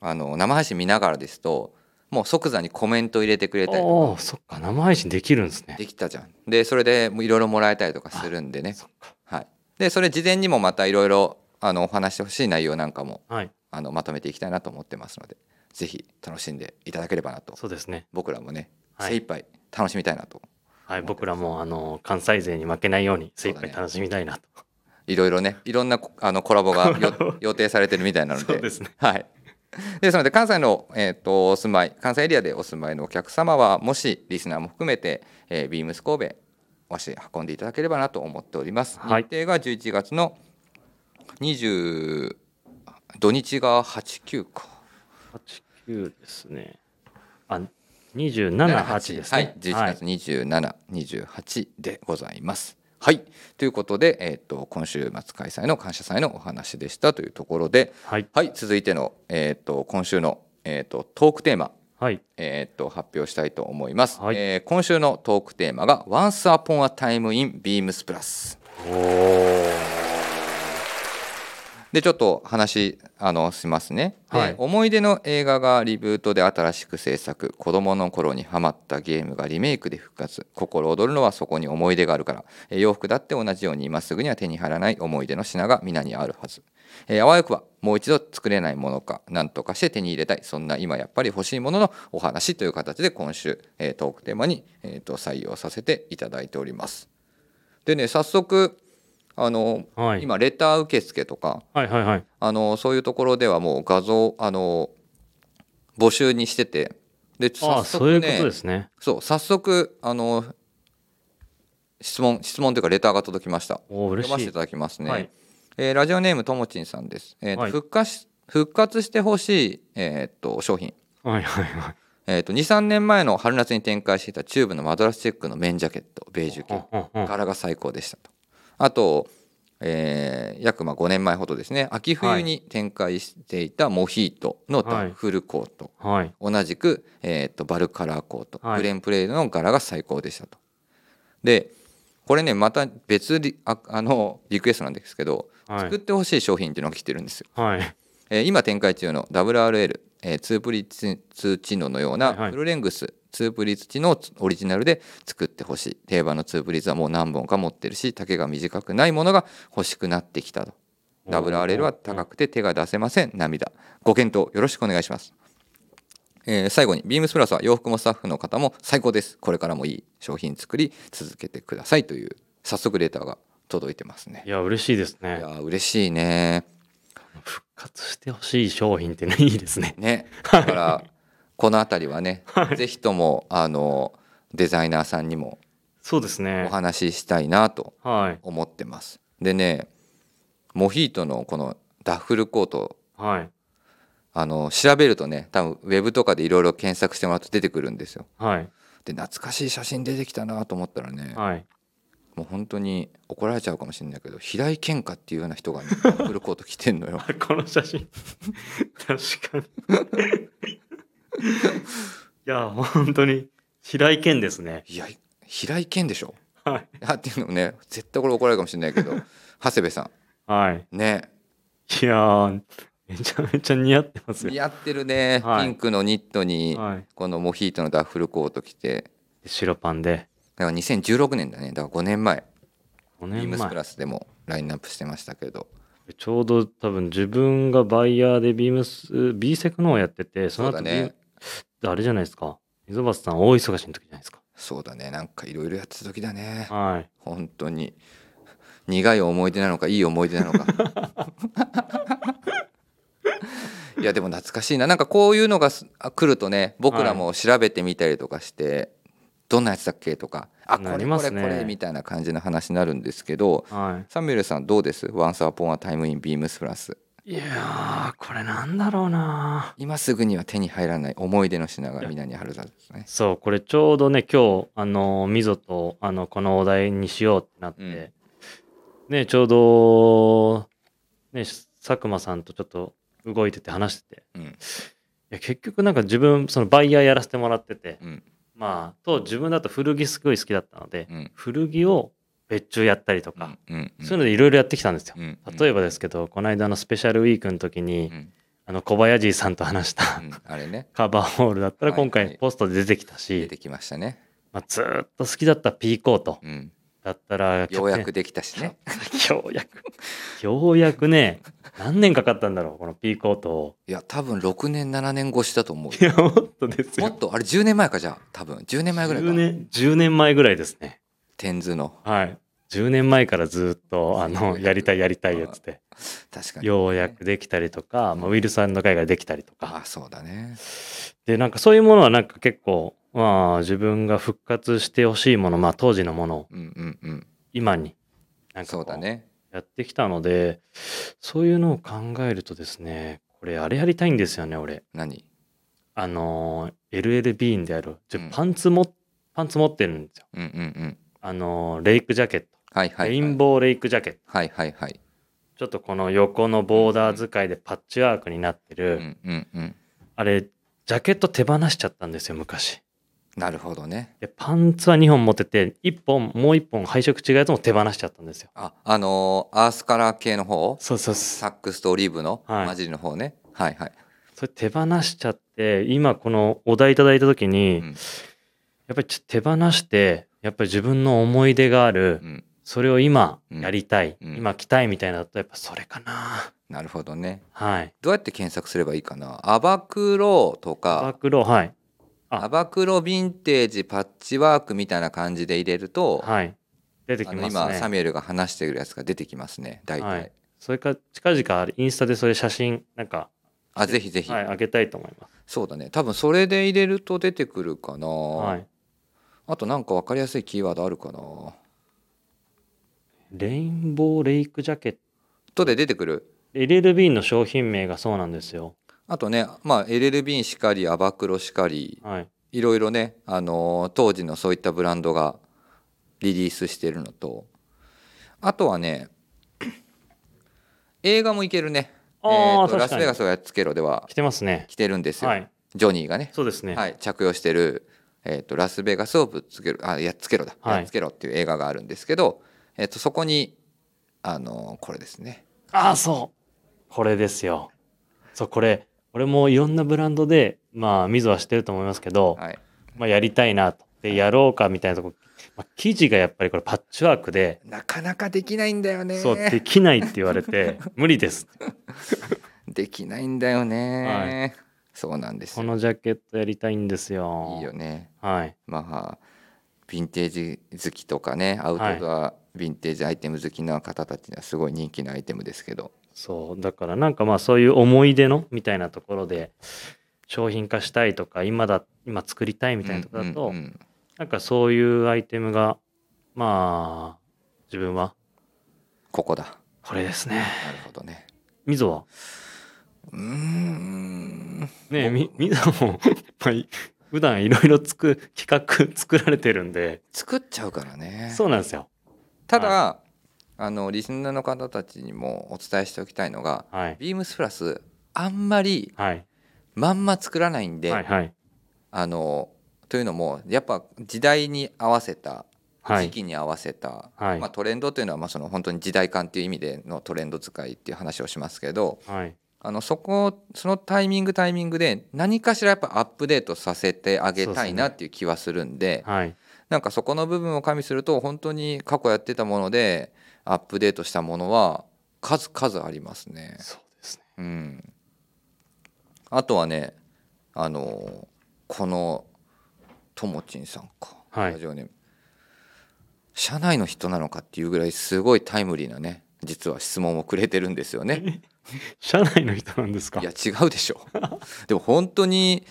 Speaker 1: あの生配信見ながらですともう即座にコメント入れてくれたりと
Speaker 2: おお、そっか、生配信できるんです
Speaker 1: か
Speaker 2: ね。
Speaker 1: できたじゃんでそれでもういろいろもらえたりとかするんでね
Speaker 2: そっか。
Speaker 1: はい、でそれ事前にもまたいろいろあのお話してほしい内容なんかも
Speaker 2: はい。
Speaker 1: あのまとめていきたいなと思ってますのでぜひ楽しんでいただければなと
Speaker 2: そうですね。
Speaker 1: 僕らもね、
Speaker 2: はい
Speaker 1: 精一杯楽しみたいなと
Speaker 2: はい、僕らもあの関西勢に負けないように精一
Speaker 1: そう
Speaker 2: 杯
Speaker 1: だね
Speaker 2: 楽しみたいなと。
Speaker 1: いろいろ
Speaker 2: *laughs*
Speaker 1: ねいろんなこあのコラボがよ
Speaker 2: コラボ
Speaker 1: 予定されてるみたいなの
Speaker 2: そうですね。
Speaker 1: はい。ですので関西の、えー、とお住まい関西エリアでお住まいのお客様はもしリスナーも含めて、えー、ビームス神戸もし運んでいただければなと思っております、
Speaker 2: はい
Speaker 1: 日程が11月の20土日が89か
Speaker 2: 八九ですね。あ、二十七八ですね。
Speaker 1: はい、11月27、28でございます。はいということで、えー、と今週末開催の感謝祭のお話でしたというところで、
Speaker 2: はい。
Speaker 1: はい、続いての、えー、と今週の、えー、とトークテーマ、
Speaker 2: はい。
Speaker 1: えー、と発表したいと思います、
Speaker 2: はい
Speaker 1: えー今週のトークテーマが「Once Upon a Time in Beams Plus
Speaker 2: おお。」
Speaker 1: でちょっと話あのしますね、で
Speaker 2: はい
Speaker 1: 思い出の映画がリブートで新しく制作子どもの頃にハマったゲームがリメイクで復活心躍るのはそこに思い出があるから、えー洋服だって同じように今すぐには手に入らない思い出の品が皆にあるはず、えーあわよくばもう一度作れないものか何とかして手に入れたいそんな今やっぱり欲しいもののお話という形で今週、えートークテーマに、えーと採用させていただいておりますでね早速あの、
Speaker 2: はい
Speaker 1: 今レター受付とか
Speaker 2: はいはいはい。
Speaker 1: あのそういうところではもう画像あの募集にしててで
Speaker 2: あ
Speaker 1: 早
Speaker 2: あ、そうい
Speaker 1: 速
Speaker 2: うこ
Speaker 1: ね
Speaker 2: とですね。
Speaker 1: そう早速あの質問質問というかレターが届きました
Speaker 2: おお、
Speaker 1: 読
Speaker 2: 嬉
Speaker 1: ませ
Speaker 2: し
Speaker 1: い
Speaker 2: てい
Speaker 1: た。だきますね、
Speaker 2: はい
Speaker 1: えーラジオネームともちんさんです、えーと
Speaker 2: はい
Speaker 1: 復活し復活してほしい、えー、と商品、
Speaker 2: はいはいはい。
Speaker 1: えー、と23年前の春夏に展開していたチューブのマドラスチェックの綿ジャケットベージュ系
Speaker 2: うんうんうん
Speaker 1: 柄が最高でしたとあと、えー約まあ5年前ほどですね秋冬に展開していたモヒートのダッフルコート、
Speaker 2: はい。
Speaker 1: 同じく、えー、とバルカラーコート、
Speaker 2: はい
Speaker 1: グレンプレードの柄が最高でしたとでこれねまた別リああのリクエストなんですけど
Speaker 2: はい
Speaker 1: 作ってほしい商品っていうのが来てるんですよ。
Speaker 2: はい。
Speaker 1: えー今展開中の WRL、えーツープリツツチノのよう
Speaker 2: はいは
Speaker 1: ないフルレングスツープリツチノオリジナルで作ってほしい定番のツープリツはもう何本か持ってるし丈が短くないものが欲しくなってきたと
Speaker 2: おー
Speaker 1: WRL は高くて手が出せません涙ご検討よろしくお願いします、えー最後にビームスプラスは洋服もスタッフの方も最高ですこれからもいい商品作り続けてくださいという早速レターが届いてますね
Speaker 2: いや、嬉しいです
Speaker 1: い
Speaker 2: ね
Speaker 1: や。ー嬉しいね
Speaker 2: 復活してほしい商品ってね、いいですね。
Speaker 1: ね、だからこの辺りはね、ぜひともあのデザイナーさんにも
Speaker 2: そうです
Speaker 1: お
Speaker 2: ね。
Speaker 1: 話ししたいなと
Speaker 2: はい。
Speaker 1: 思ってます。でねモヒートのこのダッフルコート
Speaker 2: はい。
Speaker 1: あの調べるとね多分ウェブとかでいろいろ検索してもらうと出てくるんですよ。
Speaker 2: はい。
Speaker 1: で懐かしい写真出てきたなと思ったらね、
Speaker 2: はい。
Speaker 1: もう本当に怒られちゃうかもしれないけど平井健太っていうような人が、ね、ダッフルコート着てんの
Speaker 2: *laughs*
Speaker 1: よ。
Speaker 2: *laughs* この写真。確かに。 *laughs* いや、本当に、平井堅ですね。
Speaker 1: いや平井健でしょ
Speaker 2: はい。
Speaker 1: あっていうのもね絶対これ怒られるかもしれないけど長谷部さ
Speaker 2: はい。
Speaker 1: んね
Speaker 2: いやー、めちゃめちゃ似合ってますよ。
Speaker 1: 似合ってるね、
Speaker 2: はい
Speaker 1: ピンクのニットに
Speaker 2: はい。
Speaker 1: このモヒートのダッフルコート着て
Speaker 2: 白パンで、
Speaker 1: だから2016年だねだから5年前
Speaker 2: 5
Speaker 1: ビー
Speaker 2: 年
Speaker 1: ムスプ
Speaker 2: 前。
Speaker 1: ラスでもラインナップしてましたけど
Speaker 2: ちょうど多分自分がバイヤーでビームス、B セクノをやってて、そ
Speaker 1: そ
Speaker 2: の
Speaker 1: う
Speaker 2: 後
Speaker 1: だ
Speaker 2: ビーム
Speaker 1: ね
Speaker 2: あれじゃないですか。溝端さん大忙しの時じゃないですか。
Speaker 1: そうだねなんかいろいろやってた時だね
Speaker 2: はい。
Speaker 1: 本当に苦い思い出なのかいい思い出なの
Speaker 2: *laughs*
Speaker 1: かいやでも懐かしいななんかこういうのがすあ来るとね僕らも調べてみたりとかして、どんなやつだっけとかあこ
Speaker 2: なり
Speaker 1: れ
Speaker 2: ま
Speaker 1: こ
Speaker 2: す
Speaker 1: れ
Speaker 2: ね
Speaker 1: これみたいな感じの話になるんですけど、
Speaker 2: は
Speaker 1: サミュエルさんどうですワンサーポンはタイムインビームスプラス
Speaker 2: い。いやー、これなんだろうな
Speaker 1: 今すぐには手に入らない思い出の品が南春沢ですね
Speaker 2: そう、これちょうどね、今日、あの、みぞと、あの、このお題にしようってなって、ね、ちょうど、ね、し佐久間さんとちょっと動いてて話してて、
Speaker 1: うん
Speaker 2: いや、結局なんか自分、そのバイヤーやらせてもらってて、
Speaker 1: うん
Speaker 2: まあ、と自分だと古着すごい好きだったので、
Speaker 1: うん
Speaker 2: 古着を別注やったりと
Speaker 1: う
Speaker 2: か
Speaker 1: ん、うん
Speaker 2: そういうのでいろいろやってきたんですよ。
Speaker 1: うん
Speaker 2: 例えばですけど、この間のスペシャルウィークの時に、
Speaker 1: うん
Speaker 2: あの小林さんと話した、
Speaker 1: うんあれね
Speaker 2: カバーホールだったら
Speaker 1: はい
Speaker 2: 今
Speaker 1: は
Speaker 2: 回
Speaker 1: い
Speaker 2: ポストで出てきたし、
Speaker 1: 出てきましたね、
Speaker 2: まあ、ずーっと好きだったピーコート
Speaker 1: うん、
Speaker 2: だったら、
Speaker 1: ようやくできたしね
Speaker 2: *laughs* ようやくようやくね何年かかったんだろうこのピーコートを
Speaker 1: いや多分6年7年越しだと思う
Speaker 2: いやもっとです
Speaker 1: も
Speaker 2: よ
Speaker 1: っとあれ10年前かじゃあ多分10年前ぐらいか
Speaker 2: 10年10年前ぐらいですね
Speaker 1: 天図の
Speaker 2: はい10年前からずーっとあのやりたいやりたいやつで
Speaker 1: 確かに
Speaker 2: ようやくできたりとか、まあ、ウィルさんの会ができたりとか
Speaker 1: ああそうだね
Speaker 2: でなんかそういうものはなんか結構まあ自分が復活してほしいものまあ当時のものを
Speaker 1: うんうんうん
Speaker 2: 今になんか
Speaker 1: そ
Speaker 2: こ
Speaker 1: うだね
Speaker 2: やってきたのでそういうのを考えるとですねこれあれやりたいんですよね俺
Speaker 1: 何
Speaker 2: あのー LLB 員であるじゃ
Speaker 1: うん
Speaker 2: パンツも、パンツ持ってるんですよ
Speaker 1: うんうんうん
Speaker 2: あのーレイクジャケット、
Speaker 1: はいはい
Speaker 2: レイ
Speaker 1: は
Speaker 2: ン
Speaker 1: い
Speaker 2: ボーレイクジャケット
Speaker 1: はいはいはい
Speaker 2: ちょっとこの横のボーダー使いでパッチワークになって
Speaker 1: う
Speaker 2: る、
Speaker 1: んうんうん
Speaker 2: あれジャケット手放しちゃったんですよ昔
Speaker 1: なるほどね
Speaker 2: でパンツは2本持ってて1本もう1本配色違うやつも手放しちゃったんですよ
Speaker 1: あ、あのーアースカラー系の方
Speaker 2: そうそうそ
Speaker 1: サックスとオリーブの
Speaker 2: はい
Speaker 1: 混じりの方ね。はいはい。
Speaker 2: れ手放しちゃって今このお題いただいた時に、
Speaker 1: うん
Speaker 2: やっぱりちょ手放してやっぱり自分の思い出がある、
Speaker 1: うん、
Speaker 2: それを今
Speaker 1: うん
Speaker 2: やりたい、
Speaker 1: うん
Speaker 2: 今着たいみたいなのだとやっぱそれかな
Speaker 1: なるほどね。
Speaker 2: はい
Speaker 1: どうやって検索すればいいかな。アバクロと
Speaker 2: バ
Speaker 1: か、
Speaker 2: クローはいあ
Speaker 1: アバクロヴィンテージパッチワークみたいな感じで入れると、
Speaker 2: はい出てき
Speaker 1: あの
Speaker 2: ます
Speaker 1: 今サ
Speaker 2: ね
Speaker 1: ミュエルが話してるやつが出てきますね。大体。
Speaker 2: はいそれか近々インスタでそれ写真なんか
Speaker 1: あ、ぜひぜひ、
Speaker 2: はいあげたいと思います
Speaker 1: そうだね。多分それで入れると出てくるかな。
Speaker 2: はい
Speaker 1: あとなんかわかりやすいキーワードあるかな。
Speaker 2: レインボーレイクジャケッ
Speaker 1: と
Speaker 2: ト
Speaker 1: で出てくる。
Speaker 2: LLB の商品名がそうなんですよ
Speaker 1: あとね、まあ LLB しかり、アバクロしかり。
Speaker 2: はい
Speaker 1: いろいろね、あのー当時のそういったブランドがリリースしてるのとあとはね *coughs* 映画もいけるね
Speaker 2: あー
Speaker 1: ーと
Speaker 2: 確か
Speaker 1: ラ
Speaker 2: に
Speaker 1: スベガスをやっつけろ」では
Speaker 2: 来てますね
Speaker 1: 着てるんですよ、
Speaker 2: はい
Speaker 1: ジョニーがね、
Speaker 2: そうですね
Speaker 1: はい、着用してる、えーと「ラスベガスをぶっつける」あ「やっつけろだ」
Speaker 2: はい
Speaker 1: やっつけろ」っていう映画があるんですけど、えー、とそこに、あのーこれですね
Speaker 2: ああ、そう。これですよ。そう、これ、俺もいろんなブランドで、まあ、ミゾはしてると思いますけど、
Speaker 1: はい
Speaker 2: まあ、やりたいなと。で、やろうかみたいなとこ、まあ、生地がやっぱりこれパッチワークで、
Speaker 1: なかなかできないんだよね
Speaker 2: そう、できないって言われ
Speaker 1: *laughs*
Speaker 2: て、無理です。
Speaker 1: できないんだよね、そうなんです
Speaker 2: こ
Speaker 1: よ
Speaker 2: のジャケットやりたいんですよ。
Speaker 1: いいよね
Speaker 2: はい。
Speaker 1: まあヴィンテージ好きとかねアウトドアヴィンテージアイテム好きな方たちにはすごい人気のアイテムですけど、
Speaker 2: そう、だからなんかまあ、そういう思い出のみたいなところで、商品化したいとか、今だ、今作りたいみたいなところだと、
Speaker 1: うんうんうん
Speaker 2: なんかそういうアイテムが、まあ、自分は、
Speaker 1: ここだ
Speaker 2: これですね。
Speaker 1: なるほどね
Speaker 2: みぞは
Speaker 1: うーん
Speaker 2: ねえ、み
Speaker 1: 僕、
Speaker 2: みぞも、 *laughs* まあ、い普段いろいろつく、企画作られてるんで、
Speaker 1: 作っちゃうからね
Speaker 2: そうなんですよ。
Speaker 1: ただ、あのリスナーの方たちにもお伝えしておきたいのが
Speaker 2: はい。
Speaker 1: ビームスプラスあんまり
Speaker 2: はい。
Speaker 1: まんま作らないんで、
Speaker 2: はい。はい。
Speaker 1: あのというのもやっぱ時代に合わせた
Speaker 2: は
Speaker 1: 時
Speaker 2: い。
Speaker 1: 期に合わせた、
Speaker 2: はい
Speaker 1: まあ、トレンドというのはまあその本当に時代感という意味でのトレンド使いっていう話をしますけど
Speaker 2: はい。
Speaker 1: あのそこそのタイミングタイミングで何かしらやっぱアップデートさせてあげたいなっていう気はするんで
Speaker 2: はい。
Speaker 1: なんかそこの部分を加味すると本当に過去やってたものでアップデートしたものは数々ありますね。
Speaker 2: そうですね。
Speaker 1: うん、あとはねあのこのともちんさんか、
Speaker 2: はい
Speaker 1: ラジオネーム社内の人なのかっていうぐらいすごいタイムリーなね実は質問をくれてるんですよね。
Speaker 2: *laughs* 社内の人なんですか
Speaker 1: いや違うでしょでも本当に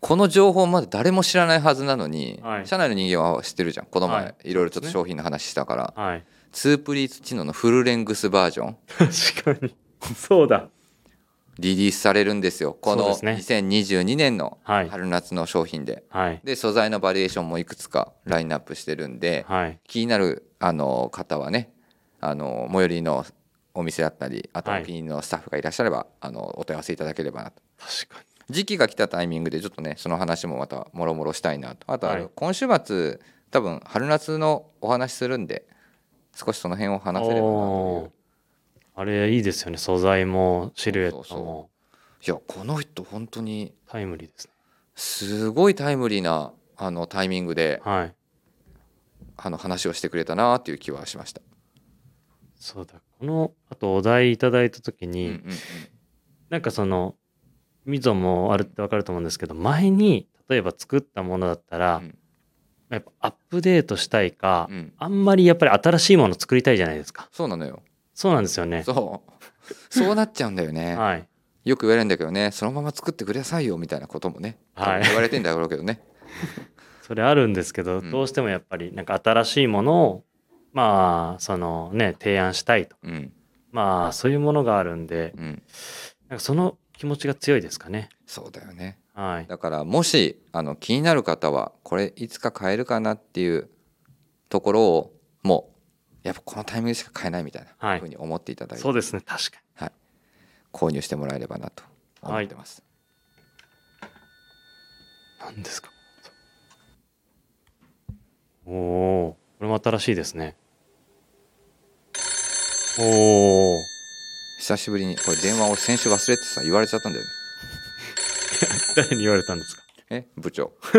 Speaker 1: この情報まだ誰も知らないはずなのに、
Speaker 2: はい
Speaker 1: 社内の人間は知ってるじゃんこの前、
Speaker 2: はい
Speaker 1: い、ろいろちょっと商品の話したから、
Speaker 2: はい。
Speaker 1: ツープリーツチノのフルレングスバージョン
Speaker 2: 確かに。そうだ。
Speaker 1: リリースされるんですよこ
Speaker 2: そう
Speaker 1: の
Speaker 2: ですね
Speaker 1: 2022年の
Speaker 2: はい
Speaker 1: 春夏の商品で、
Speaker 2: はい。
Speaker 1: で素材のバリエーションもいくつかラインナップしてるんで、
Speaker 2: はい。
Speaker 1: 気になるあの方はねあの最寄りのお店だったりあとお
Speaker 2: はい
Speaker 1: 気に入りのスタッフがいらっしゃれば、あのお問い合わせいただければなと
Speaker 2: 確かに。
Speaker 1: 時期が来たタイミングでちょっとねその話もまたもろもろしたいなとあとあの
Speaker 2: はい
Speaker 1: 今週末多分春夏のお話するんで少しその辺を話せればな
Speaker 2: お
Speaker 1: と
Speaker 2: ーあれいいですよね素材もシルエットも
Speaker 1: そうそうそいういやこの人本当に
Speaker 2: タイムリーですね
Speaker 1: すごいタイムリーなあのタイミングで
Speaker 2: はい
Speaker 1: あの話をしてくれたなっていう気はしました。
Speaker 2: そうだこのあとお題いただいた時
Speaker 1: うん
Speaker 2: に、
Speaker 1: うんうん
Speaker 2: なんかそのみぞもあるってわかると思うんですけど前に例えば作ったものだったら、
Speaker 1: うん
Speaker 2: やっぱアップデートしたいか、
Speaker 1: うん
Speaker 2: あんまりやっぱり新しいもの作りたいじゃないですか
Speaker 1: そうなのよ
Speaker 2: そうなんですよね
Speaker 1: そう *laughs* そうなっちゃうんだよね、
Speaker 2: はい
Speaker 1: よく言われるんだけどねそのまま作ってくださいよみたいなこともね、
Speaker 2: はい
Speaker 1: 言われてんだろうけどね
Speaker 2: それあるんですけど、
Speaker 1: うん
Speaker 2: どうしてもやっぱりなんか新しいものをまあそのね提案したいと
Speaker 1: うん
Speaker 2: まあそういうものがあるんで、
Speaker 1: うん
Speaker 2: なんかその気持ちが強いですかね。
Speaker 1: そうだよね
Speaker 2: はい。
Speaker 1: だからもしあの気になる方はこれいつか買えるかなっていうところをもうやっぱこのタイミングでしか買えないみたい
Speaker 2: は
Speaker 1: ないふうに思っていただいて、
Speaker 2: そうですね、確か
Speaker 1: 購入してもらえればなと思ってます、
Speaker 2: に。何ですかおおー、これも新しいですね。おお、
Speaker 1: 久しぶりにこれ電話を先週忘れてさ言われちゃったんだよね
Speaker 2: 誰に言われたんですか
Speaker 1: え部長 *laughs*
Speaker 2: い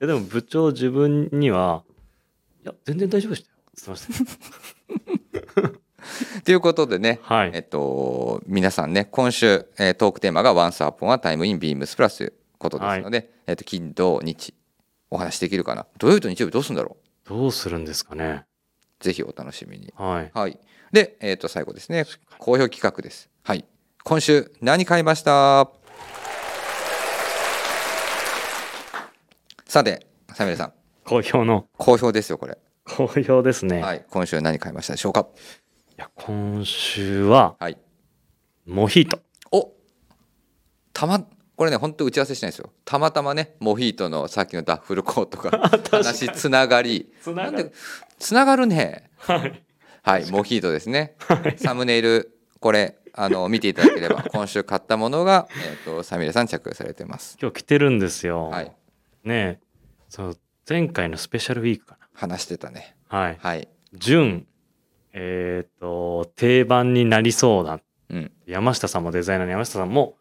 Speaker 2: やでも部長自分には、いや、全然大丈夫でしたよ。すいません。
Speaker 1: ということでね
Speaker 2: *laughs* は
Speaker 1: えっ
Speaker 2: い。
Speaker 1: と、皆さんね、今週、えートークテーマが Once Upon a Time in Beams プラスということですので、えっと、金、土、日、お話できるかな。土曜日と日曜日どうするんだろう
Speaker 2: どうするんですかね。
Speaker 1: ぜひお楽しみに。
Speaker 2: はい。
Speaker 1: はい。で、えっと、最後ですね、好評企画です。はい。今週、何買いましたさて、サミュエルさん、
Speaker 2: 好評の、
Speaker 1: 好評ですよ、これ。
Speaker 2: 好評ですね。、
Speaker 1: はいい。今週何買いましたでしょうか
Speaker 2: や、今週は、
Speaker 1: はい。
Speaker 2: モヒート。
Speaker 1: おたまこれね本当打ち合わせしないですよたまたまねモヒートのさっきのダッフルコート *laughs* が話つながり
Speaker 2: つながる
Speaker 1: んでつながるね
Speaker 2: はい。
Speaker 1: はいモヒートですねサムネイルこれあの見ていただけれ *laughs* ば今週買ったものが、えっとサミレさん着用されてます
Speaker 2: 今日来てるんですよ。
Speaker 1: はい
Speaker 2: ねえ、その前回のスペシャルウィークか
Speaker 1: 話してたね
Speaker 2: な。はい。
Speaker 1: はい
Speaker 2: 準、えっ、と、定番になりそうな、
Speaker 1: うん
Speaker 2: 山下さんもデザイナーの山下さんも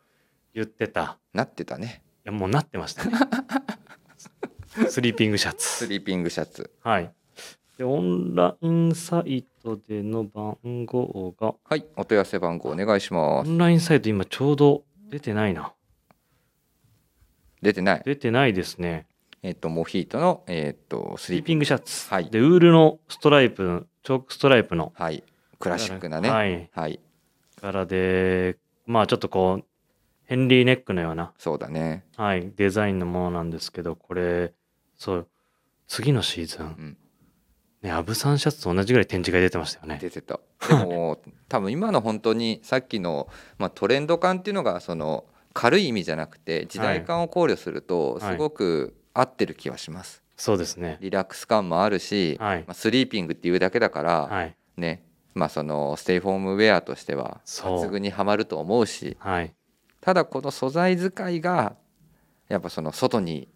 Speaker 2: 言ってた。
Speaker 1: なってたね
Speaker 2: いや、もうなってましたね。
Speaker 1: *laughs*
Speaker 2: スリーピングシャツ
Speaker 1: ス。リーピングシャツ
Speaker 2: はい。で、オンラインサイトでの番号が、
Speaker 1: はいお問い合わせ番号お願いし
Speaker 2: オ
Speaker 1: ます
Speaker 2: ンラインサイト今ちょうど出てないな。
Speaker 1: 出てない
Speaker 2: 出てないですね。
Speaker 1: えっ、とモヒートのえっ、とス
Speaker 2: スリ
Speaker 1: リ
Speaker 2: ー
Speaker 1: ーピング
Speaker 2: ピングシャツ。
Speaker 1: はい
Speaker 2: で、ウールのストライプ、チョークストライプの。
Speaker 1: はいクラシックなね
Speaker 2: は
Speaker 1: はい、
Speaker 2: い。柄で、まあちょっとこう、ヘンリーネックのような、
Speaker 1: そうだね
Speaker 2: はい、デザインのものなんですけど、これ、そう、次のシー
Speaker 1: う
Speaker 2: ズン、
Speaker 1: ん
Speaker 2: ね、アブサンシャツと同じぐらい展示会出てましたよね。
Speaker 1: 出てたで
Speaker 2: *laughs*
Speaker 1: も多分今の本当にさっきの、まあ、トレンド感っていうのがその軽い意味じゃなくて時代感を考慮すると
Speaker 2: はい
Speaker 1: すごく合ってる気はします、
Speaker 2: そうですね。
Speaker 1: リラックス感もあるし、
Speaker 2: はい
Speaker 1: ま。あ、スリーピングっていうだけだから
Speaker 2: はい。
Speaker 1: ね、まあ、そのステイホームウェアとしては
Speaker 2: そう
Speaker 1: 抜群にはまると思うし
Speaker 2: はい。
Speaker 1: ただこの素材使いがやっぱその外に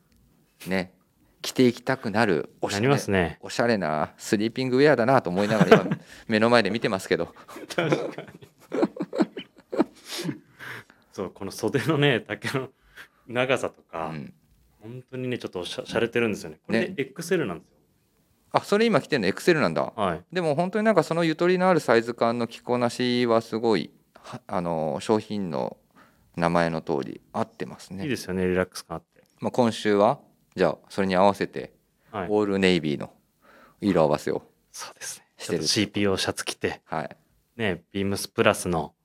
Speaker 1: ね着ていきたくなるおし
Speaker 2: な
Speaker 1: ゃ
Speaker 2: り
Speaker 1: れ
Speaker 2: ますね。
Speaker 1: おしゃれなスリーピングウェアだなと思いなが
Speaker 2: *laughs*
Speaker 1: ら今目の前で見てますけど
Speaker 2: そう、この袖のね、丈の長さと
Speaker 1: う
Speaker 2: か、
Speaker 1: ん
Speaker 2: 本当にね、ちょっとおしゃ洒落てるんですよね。これね、XL なんですよ。
Speaker 1: あそれ今着てるのエクセルなんだ
Speaker 2: はい。
Speaker 1: でも本当になんかそのゆとりのあるサイズ感の着こなしはすごいはあの商品の名前の通り合ってますね
Speaker 2: いいですよね、リラックス感あって。
Speaker 1: まあ、今週はじゃあそれに合わせて
Speaker 2: はい。
Speaker 1: オールネイビーの色合わせを
Speaker 2: そうですね。
Speaker 1: し
Speaker 2: ちょ
Speaker 1: て
Speaker 2: っ
Speaker 1: る
Speaker 2: と CPO シャツ着て、
Speaker 1: はい
Speaker 2: ね、ビームスプラスの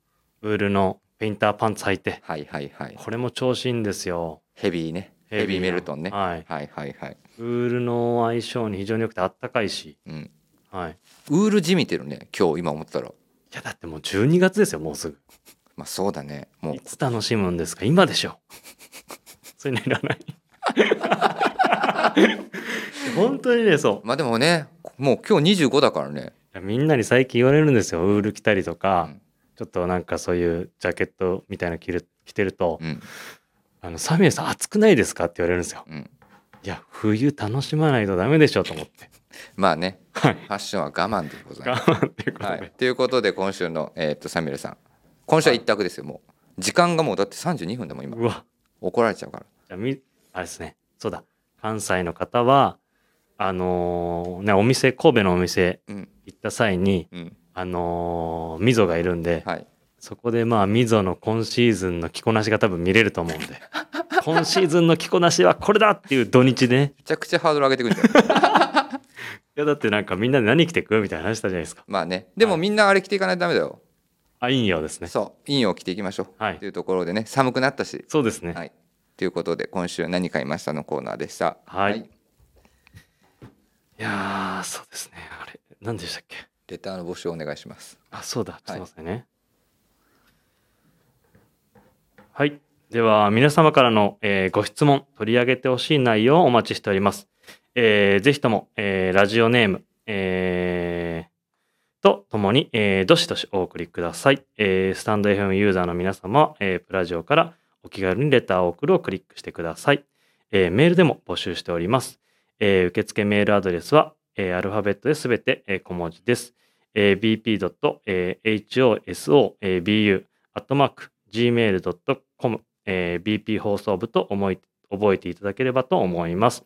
Speaker 2: ウールのペインターパンツ履いて、
Speaker 1: はいはいはい
Speaker 2: これも調子いいんですよ。
Speaker 1: ヘビーねヘビー
Speaker 2: な
Speaker 1: メルトンねは
Speaker 2: はい
Speaker 1: い。はいはい
Speaker 2: ウールの相性に非常に良くてあったかいし、
Speaker 1: うん
Speaker 2: はい。い
Speaker 1: ウール地味てるね今日今思ったら
Speaker 2: や、だってもう12月ですよ、もうすぐ。
Speaker 1: まあそうだねもう
Speaker 2: いつ楽しむんですか今でしょ。 *laughs* そういうのいらない。 *laughs* 本当にね、そう。い
Speaker 1: まあでもねもう今日25だからね
Speaker 2: やみんなに最近言われるんですよ。ウール着たりとか、
Speaker 1: うん
Speaker 2: ちょっとなんかそういうジャケットみたいなの着る着てると、
Speaker 1: うん
Speaker 2: あの、サミュエルさん暑くないですかって言われるんですよ。
Speaker 1: うん
Speaker 2: いや、冬楽しまないとダメでしょと思って。
Speaker 1: まあねフ
Speaker 2: はい
Speaker 1: ァッ *laughs* ションは我慢でございます
Speaker 2: 我慢っていうこと
Speaker 1: は
Speaker 2: で。
Speaker 1: い、ということで今週の、えー、とサミュエルさん今週は一択ですよ、もう時間がもうだって32分だもん今
Speaker 2: うわ。
Speaker 1: 怒られちゃうから
Speaker 2: じゃあみ、あれですね。そうだ。関西の方は、あのーね、お店、神戸のお店
Speaker 1: うん
Speaker 2: 行った際に、
Speaker 1: うん
Speaker 2: あのー、ミゾがいるんで、
Speaker 1: はい
Speaker 2: そこでまあ、ミゾの今シーズンの着こなしが多分見れると思うんで、
Speaker 1: *laughs*
Speaker 2: 今シーズンの着こなしはこれだっていう土日ね。
Speaker 1: めちゃくちゃハードル上げてく
Speaker 2: *laughs*
Speaker 1: るじゃん
Speaker 2: いや、だってなんかみんなで何着てくみたいな話したじゃないですか。
Speaker 1: まあねでもみんなあれ着ていかないとダメだよ、
Speaker 2: あ、いいようですね。
Speaker 1: そう陰を着ていきましょう、
Speaker 2: はい
Speaker 1: というところでね寒くなったし
Speaker 2: そうですね。
Speaker 1: はいということで今週何買いましたのコーナーでした
Speaker 2: はいいやー、そうですね。あれ、何でしたっけ
Speaker 1: レターの募集お願いします
Speaker 2: あ、そうだ。ちょっと待ってね。はい。では、皆様からの、えーご質問、取り上げてほしい内容をお待ちしております。えーぜひとも、えーラジオネーム、えーとともに、えーどしどしお送りください。えースタンド FM ユーザーの皆様は、えープラジオからお気軽にレターを送るをクリックしてください。えーメールでも募集しております。えー受付メールアドレスは、えーアルファベットですべて、えー小文字です。えー bp.hosobu.gmail.com、えー bp 放送部と思い覚えていただければと思います。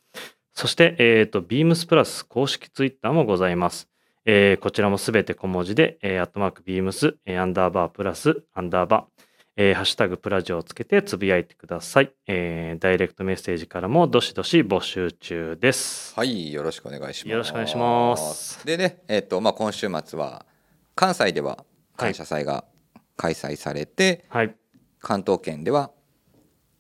Speaker 2: そして、えー、と、beams プラス公式ツイッターもございます。えーこちらもすべて小文字で、えー、アットマーク beams、えーアンダーバープラス、アンダーバー、えーハッシュタグプラジオをつけてつぶやいてください。えーダイレクトメッセージからもどしどし募集中です。
Speaker 1: はい、よろしくお願いします。
Speaker 2: よろしくお願いします
Speaker 1: でね、えっ、と、まあ、今週末は関西では感謝祭が開催されて、
Speaker 2: はい。
Speaker 1: 関東圏では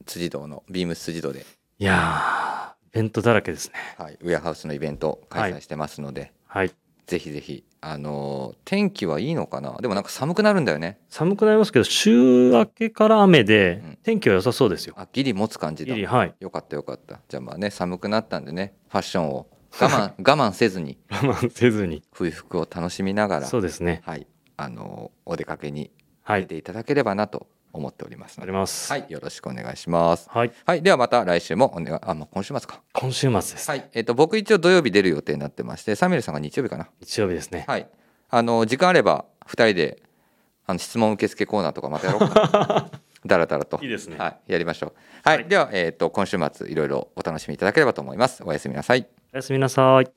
Speaker 1: 辻堂のビームス辻堂で、
Speaker 2: いやー、イベントだらけですね。
Speaker 1: はい、ウェアハウスのイベントを開催してますので、
Speaker 2: はい。
Speaker 1: ぜひぜひ、あのー天気はいいのかな。でもなんか寒くなるんだよね。
Speaker 2: 寒くなりますけど、週明けから雨で
Speaker 1: うん、
Speaker 2: 天気は良さそうですよ。
Speaker 1: あ、ギリ持つ感じだ
Speaker 2: ギ。リはい。
Speaker 1: よかったよかった。じゃあまあね、寒くなったんでね、ファッションを我
Speaker 2: *laughs*
Speaker 1: 慢我慢せずに
Speaker 2: 我慢せずに。
Speaker 1: 冬服を楽しみながら、
Speaker 2: そうですね。
Speaker 1: はい、あのーお出かけに
Speaker 2: は
Speaker 1: 出
Speaker 2: い。
Speaker 1: ていただければなと思っております
Speaker 2: あ
Speaker 1: の
Speaker 2: り
Speaker 1: で、
Speaker 2: ます。
Speaker 1: は
Speaker 2: はい。
Speaker 1: い、よろしくお願いします。はい、ではまた来週もお願い、あ、もう今週末か。
Speaker 2: 今週末です。
Speaker 1: はい、えっ、と僕一応土曜日出る予定になってまして、サミュエルさんが日曜日かな。
Speaker 2: 日曜日ですね。
Speaker 1: はい。あの時間あれば2人であの質問受付コーナーとかまたやろうかな
Speaker 2: *laughs*
Speaker 1: だらだらと
Speaker 2: いいですね
Speaker 1: はい、やりましょう、はい
Speaker 2: はい
Speaker 1: では、えー、と今週末いろいろお楽しみいただければと思いますおやすみなさい
Speaker 2: おやすみなさい。